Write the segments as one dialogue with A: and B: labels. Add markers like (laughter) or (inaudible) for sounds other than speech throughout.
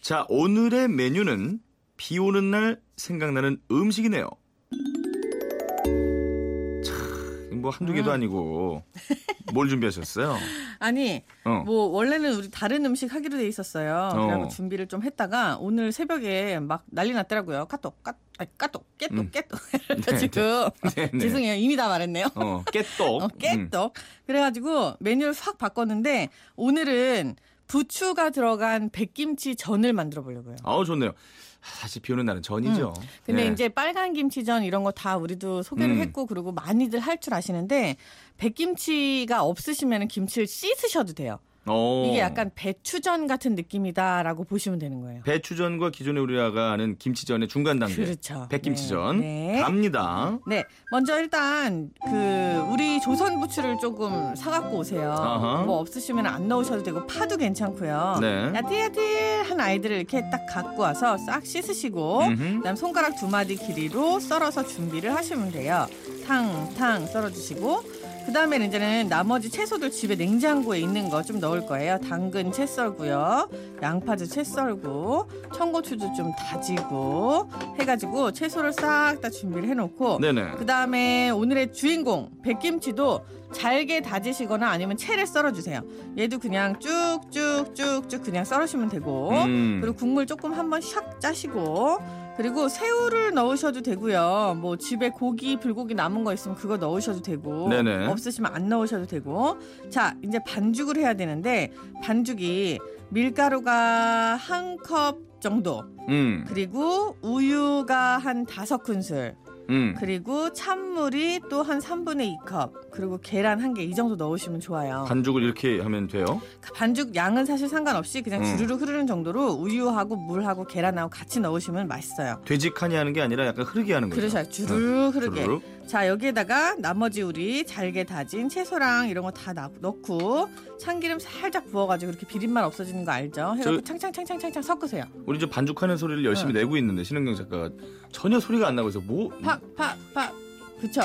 A: 자, 오늘의 메뉴는 비 오는 날 생각나는 음식이네요. 차, 뭐 한두
B: 음.
A: 개도
B: (laughs)
A: 아니고 뭘 준비하셨어요?
B: 아니
A: 어.
B: 뭐 원래는 우리 다른 음식 하기로 돼 있었어요.
A: 어.
B: 그래서 준비를 좀 했다가 오늘 새벽에 막 난리 났더라고요. 카톡 까 아니, 까톡 깨똑
A: 음. (laughs)
B: 깨똑
A: 네,
B: 지금
A: (laughs) 네, 네.
B: (laughs) 죄송해요 이미 다 말했네요.
A: 어, 깨떡. 음.
B: 어, 깨똑 그래가지고 메뉴를 확 바꿨는데 오늘은 부추가 들어간 백김치 전을 만들어 보려고요.
A: 아우 좋네요. 사실 비 오는 날은 전이죠.
B: 음. 근데
A: 예.
B: 이제 빨간 김치전 이런 거 다 우리도 소개를
A: 음.
B: 했고 그리고 많이들 할 줄 아시는데 백김치가 없으시면 김치를 씻으셔도 돼요.
A: 어.
B: 이게 약간 배추전 같은 느낌이다라고 보시면 되는 거예요.
A: 배추전과 기존에 우리가 아는 김치전의 중간 단계.
B: 그렇죠.
A: 백김치전
B: 네. 네.
A: 갑니다.
B: 네, 먼저 일단 그 우리 조선 부추를 조금 사갖고 오세요.
A: 아하.
B: 뭐 없으시면 안 넣으셔도 되고 파도 괜찮고요.
A: 네.
B: 야들야들한 아이들을 이렇게 딱 갖고 와서 싹 씻으시고
A: 음흠.
B: 그다음 손가락 두 마디 길이로 썰어서 준비를 하시면 돼요. 탕탕 썰어주시고 그다음에 이제는 나머지 채소들 집에 냉장고에 있는 거 좀 넣을 거예요. 당근 채 썰고요, 양파도 채 썰고 청고추도 좀 다지고 해가지고 채소를 싹 다 준비를 해놓고
A: 네네.
B: 그다음에 오늘의 주인공 백김치도 잘게 다지시거나 아니면 채를 썰어주세요. 얘도 그냥 쭉쭉쭉쭉 그냥 썰으시면 되고
A: 음.
B: 그리고 국물 조금 한번 샥 짜시고 그리고 새우를 넣으셔도 되고요. 뭐 집에 고기 불고기 남은 거 있으면 그거 넣으셔도 되고
A: 네네.
B: 없으시면 안 넣으셔도 되고 자 이제 반죽을 해야 되는데 반죽이 밀가루가 한 컵 정도
A: 음.
B: 그리고 우유가 한 다섯 큰술
A: 음.
B: 그리고 찬물이 또 한 3분의 2컵 그리고 계란 한 개 이 정도 넣으시면 좋아요.
A: 반죽을 이렇게 하면 돼요.
B: 반죽 양은 사실 상관없이 그냥
A: 음.
B: 주르르 흐르는 정도로 우유하고 물하고 계란하고 같이 넣으시면 맛있어요.
A: 돼지칸이 하는 게 아니라 약간 흐르게 하는 거죠.
B: 그러셔요. 주르르 흐르게.
A: 네. 음. 주르륵.
B: 자 여기에다가 나머지 우리 잘게 다진 채소랑 이런 거 다 넣고 참기름 살짝 부어가지고 이렇게 비린맛 없어지는 거 알죠? 해갖고
A: 저-
B: 창창창창창창 섞으세요.
A: 우리 저 반죽하는 소리를 열심히
B: 네.
A: 내고 있는데 신은경 작가가 전혀 소리가 안 나고 있어. 뭐
B: 팍팍팍 그쵸?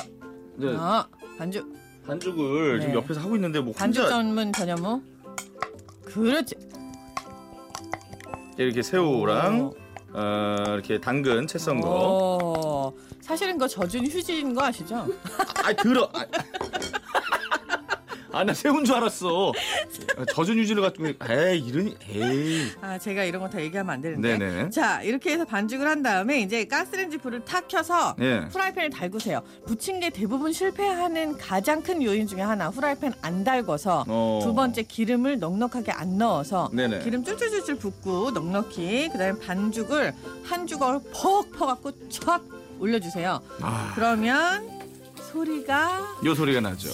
A: 네,
B: 어, 반죽
A: 반죽을 지금
B: 네.
A: 옆에서 하고 있는데 뭐
B: 반죽
A: 혼자
B: 전문 전현무. 그렇지.
A: 이렇게 새우랑 어, 이렇게 당근 채 썬 거.
B: 어, 사실은 그 젖은 휴지인 거 아시죠?
A: 아 들어. 아 나 새운 줄 알았어. 아, 젖은 유지를 갖고 에이 이런 에이.
B: 아, 제가 이런 거 다 얘기하면 안 되는데.
A: 네네.
B: 자, 이렇게 해서 반죽을 한 다음에 이제 가스레인지 불을 탁 켜서
A: 예.
B: 후라이팬을 달구세요. 부침개 대부분 실패하는 가장 큰 요인 중에 하나. 후라이팬 안 달궈서
A: 어.
B: 두 번째 기름을 넉넉하게 안 넣어서
A: 네네.
B: 기름 쫄쫄쫄쫄 붓고 넉넉히 그다음에 반죽을 한 주걱 퍽 퍼갖고 촥 올려주세요.
A: 아,
B: 그러면 소리가
A: 요 소리가 나죠.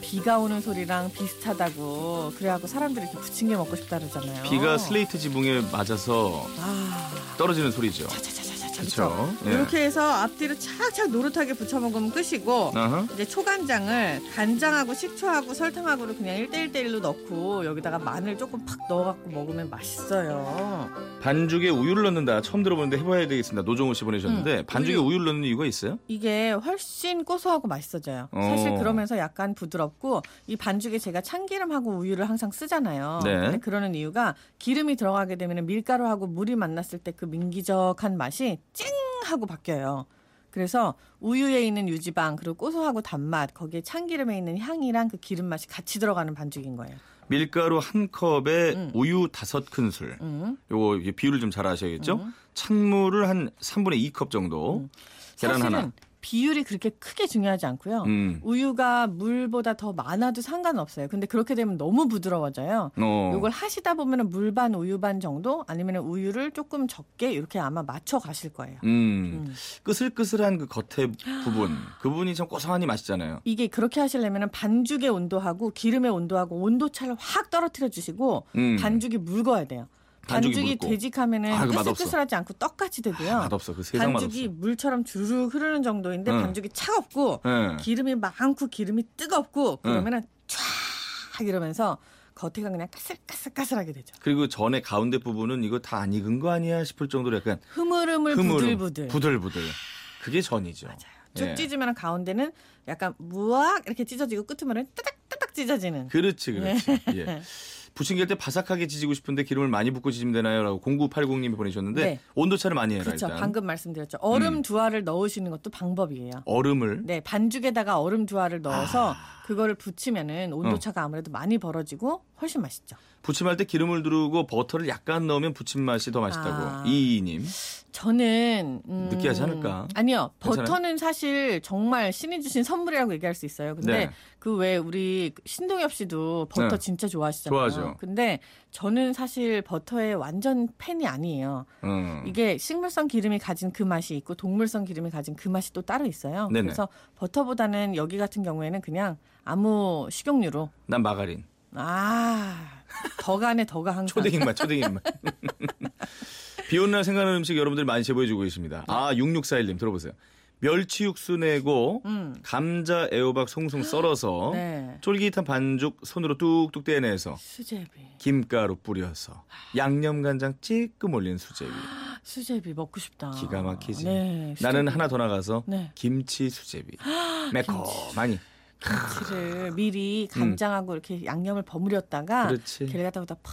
B: 비가 오는 소리랑 비슷하다고 그래갖고 사람들이 이렇게 부침개 먹고 싶다 그러잖아요.
A: 비가 슬레이트 지붕에 맞아서
B: 아,
A: 떨어지는 소리죠.
B: 차차차차차.
A: 그쵸?
B: 그렇죠.
A: 예.
B: 이렇게 해서 앞뒤로 착착 노릇하게 부쳐 먹으면 끝이고.
A: 아하.
B: 이제 초간장을 간장하고 식초하고 설탕하고 그냥 1대1대1로 넣고 여기다가 마늘 조금 팍 넣어갖고 먹으면 맛있어요.
A: 반죽에 우유를 넣는다. 처음 들어보는데 해봐야 되겠습니다. 노종호 씨 보내셨는데
B: 음,
A: 반죽에
B: 우유.
A: 우유. 를 넣는 이유가 있어요?
B: 이게 훨씬 고소하고 맛있어져요.
A: 어.
B: 사실 그러면서 약간 부드럽고 이 반죽에 제가 참기름하고 우유를 항상 쓰잖아요.
A: 네.
B: 근데 그러는 이유가 기름이 들어가게 되면 밀가루하고 물이 만났을 때 그 민기적한 맛이 찡 하고 바뀌어요. 그래서 우유에 있는 유지방 그리고 고소하고 단맛 거기에 참기름에 있는 향이랑 그 기름 맛이 같이 들어가는 반죽인 거예요.
A: 밀가루 한 컵에
B: 음.
A: 우유 다섯 큰술.
B: 음.
A: 요거 이제 비율을 좀 잘 아셔야겠죠?
B: 음.
A: 찬물을 한 3분의 2컵 정도.
B: 음.
A: 계란
B: 사실은 어.
A: 하나.
B: 비율이 그렇게 크게 중요하지 않고요.
A: 음.
B: 우유가 물보다 더 많아도 상관없어요. 근데 그렇게 되면 너무 부드러워져요.
A: 어.
B: 이걸 하시다 보면 물 반 우유 반 정도 아니면 우유를 조금 적게 이렇게 아마 맞춰 가실 거예요.
A: 음.
B: 음.
A: 끄슬끄슬한 그 겉에
B: (gasps)
A: 부분. 그 부분이 참 고소하니 맛있잖아요.
B: 이게 그렇게 하시려면 반죽의 온도하고 기름의 온도하고 온도 차를 확 떨어뜨려 주시고
A: 음.
B: 반죽이 묵어야 돼요.
A: 반죽이
B: 반죽이
A: 묽고.
B: 되직하면은
A: 아, 그거 맛없어.
B: 끄슬끄슬하지 않고 떡같이 되고요.
A: 맛없어. 그 세상
B: 반죽이 물처럼 주르륵 흐르는 정도인데
A: 응.
B: 반죽이 차갑고
A: 맛없어. 예.
B: 기름이 많고 기름이 뜨겁고 그러면은 촤악 이러면서 겉에가 그냥 까슬까슬까슬하게 되죠.
A: 그리고 전에 가운데 부분은 이거 다 안 익은 거 아니야 싶을 정도로 약간
B: 흐물흐물
A: 흐물흐물
B: 부들부들.
A: 부들부들. 그게 전이죠.
B: 쭉
A: 예.
B: 찢으면 가운데는 약간 무악 이렇게 찢어지고 끝으면은 따닥따닥 찢어지는. (laughs)
A: 그렇지, 그렇지. 예. 부침개일 때 바삭하게 지지고 싶은데 기름을 많이 붓고 지지면 되나요?라고 0980님이 보내셨는데
B: 네.
A: 온도차를 많이 예, 해라
B: 그렇죠.
A: 일단.
B: 방금 말씀드렸죠. 얼음 두 알을 넣으시는 것도 방법이에요.
A: 얼음을
B: 네, 반죽에다가 얼음 두 알을 넣어서
A: 아.
B: 그거를 부치면은 온도
A: 어.
B: 차가 아무래도 많이 벌어지고 훨씬 맛있죠.
A: 부침할 때 기름을 두르고 버터를 약간 넣으면 부침 맛이 더 맛있다고
B: 아.
A: 이이님.
B: 저는 음,
A: 느끼하지 않을까?
B: 아니요.
A: 괜찮아요?
B: 버터는 사실 정말 신이 주신 선물이라고 얘기할 수 있어요. 근데
A: 네.
B: 그 왜 우리 신동엽 씨도 버터
A: 네.
B: 진짜 좋아하시잖아요.
A: 좋아하죠.
B: 근데 저는 사실 버터의 완전 팬이 아니에요.
A: 음.
B: 이게 식물성 기름이 가진 그 맛이 있고 동물성 기름이 가진 그 맛이 또 따로 있어요.
A: 네네.
B: 그래서 버터보다는 여기 같은 경우에는 그냥 아무 식용유로
A: 난 마가린.
B: 아, 더간에 더가 항상.
A: 초딩 입맛, 초딩
B: (laughs)
A: 입맛. 비 오는 날 생각나는 음식 여러분들 많이 제보해주고 계십니다. 아, 6641님 들어보세요. 멸치 육수 내고
B: 음.
A: 감자 애호박 송송 썰어서
B: 네.
A: 쫄깃한 반죽 손으로 뚝뚝 떼내서
B: 수제비.
A: 김가루 뿌려서 양념 간장 찔끔 올린 수제비.
B: 수제비 먹고 싶다.
A: 기가 막히지.
B: 네.
A: 나는
B: 아, 수제비.
A: 하나 더 나가서
B: 네. 아,
A: 김치 수제비. 매콤하니.
B: 김치를 미리 간장하고 이렇게 양념을 버무렸다가
A: 그렇지.
B: 게를 갖다 갖다 팍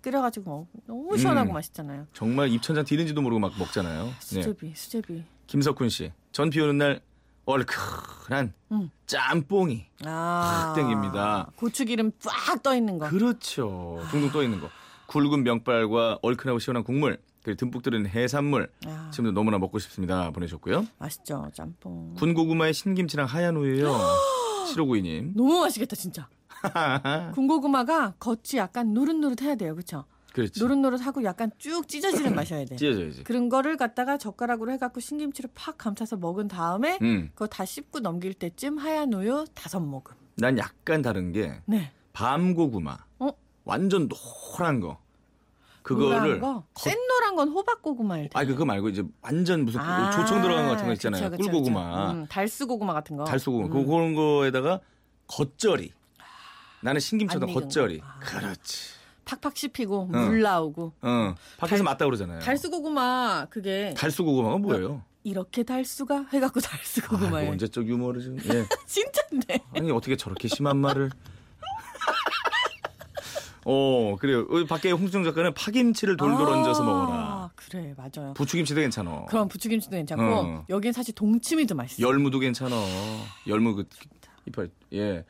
B: 끓여 가지고 너무 시원하고
A: 음.
B: 맛있잖아요.
A: 정말 입천장 뒤는지도 모르고 막 먹잖아요. 네.
B: 수제비, 수제비.
A: 김석훈 씨. 전 비 오는 날 얼큰한
B: 음.
A: 짬뽕이.
B: 아.
A: 팍 땡깁니다.
B: 고추기름 쫙 떠 있는 거.
A: 그렇죠. 둥둥 떠 있는 거. 굵은 명발과 얼큰하고 시원한 국물, 그리고 듬뿍 들은 해산물.
B: 아,
A: 지금도 너무나 먹고 싶습니다. 보내셨고요.
B: 맛있죠. 짬뽕.
A: 군고구마에 신김치랑 하얀
B: (gasps)
A: 우유요. 시로구이님.
B: 너무 맛있겠다,
A: (laughs)
B: 진짜. 군고구마가 겉이 약간 노릇노릇해야 돼요. 그렇죠?
A: 그렇지.
B: 노릇노릇하고 약간
A: (laughs)
B: 쭉 찢어지는 맛이어야 돼.
A: 찢어져야지.
B: 그런 거를 갖다가 젓가락으로 해갖고 신김치를 팍 감싸서 먹은 다음에
A: 음,
B: 그거 다 씹고 넘길 때쯤 하얀 우유 다섯 모금.
A: 난 약간 다른 게
B: 네.
A: 밤고구마.
B: 어?
A: 완전 노란 거.
B: 노란
A: 그거를
B: 거.
A: 겉-
B: 센 노란 건 호박고구마일 때. 아,
A: 아 그거 말고 이제 완전 무슨 그 조청 들어간 거 같은 거 있잖아요.
B: 그쵸, 그쵸,
A: 꿀고구마.
B: 그쵸. 음, 달수고구마 같은 거.
A: 달소고
B: 음.
A: 그 그런 거에다가 겉절이. 나는
B: 안
A: 신김치보다
B: 익은 거.
A: 겉절이.
B: 아.
A: 그렇지.
B: 팍팍 씹히고 물 나오고.
A: 어. 밖에서 맞다 그러잖아요.
B: 달수고구마 그게
A: 달수고구마가 뭐예요?
B: 이렇게 달수가 해갖고
A: 아,
B: 달수고구마예요.
A: 언제 적 유머를 지금. 예.
B: 진짜인데.
A: 아니 어떻게 저렇게 심한
B: (laughs)
A: 말을. 어 그래요. 여기 밖에 홍수정 작가는 파김치를 돌돌
B: 아,
A: 얹어서 먹어라.
B: 그래 맞아요.
A: 부추김치도 괜찮아.
B: 그럼 부추김치도 괜찮고
A: 어.
B: 여긴 사실 동치미도 맛있어. 요
A: 열무도 괜찮아. 열무 그 이빨 예.